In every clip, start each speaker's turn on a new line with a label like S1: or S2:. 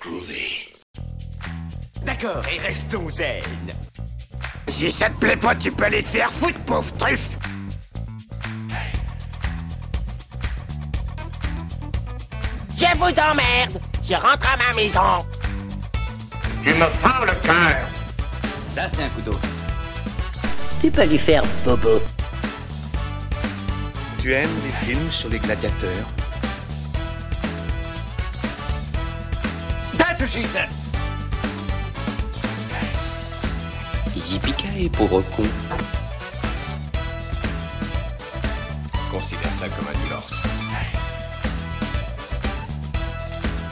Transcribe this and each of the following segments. S1: groovy.
S2: D'accord, et restons zen.
S3: Si ça te plaît pas, tu peux aller te faire foutre, pauvre truffe
S4: Je vous emmerde Je rentre à ma maison
S5: Tu me prends le cœur
S6: Ça, c'est un couteau.
S7: Tu peux lui faire bobo.
S8: Tu aimes les films sur les gladiateurs
S2: That's what she said
S6: Yippee pauvre con.
S9: Considère ça comme un divorce.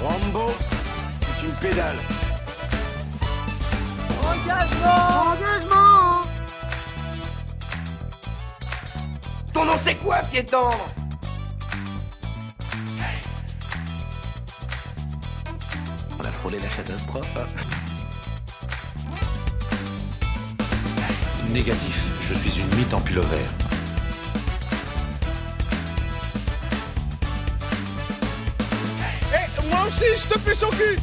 S10: Rambo, c'est une pédale.
S11: Engagement Engagement
S2: Ton nom c'est quoi, piéton
S12: On a frôlé la catastrophe.
S13: Négatif, je suis une mythe en pullover.
S14: Eh, moi aussi, je te pisse au cul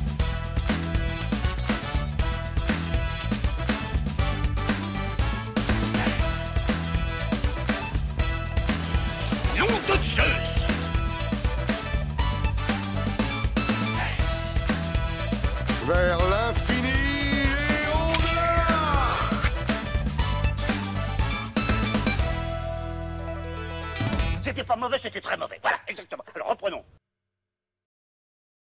S15: vers l'infini et au-delà.
S16: C'était pas mauvais, c'était très mauvais. Voilà.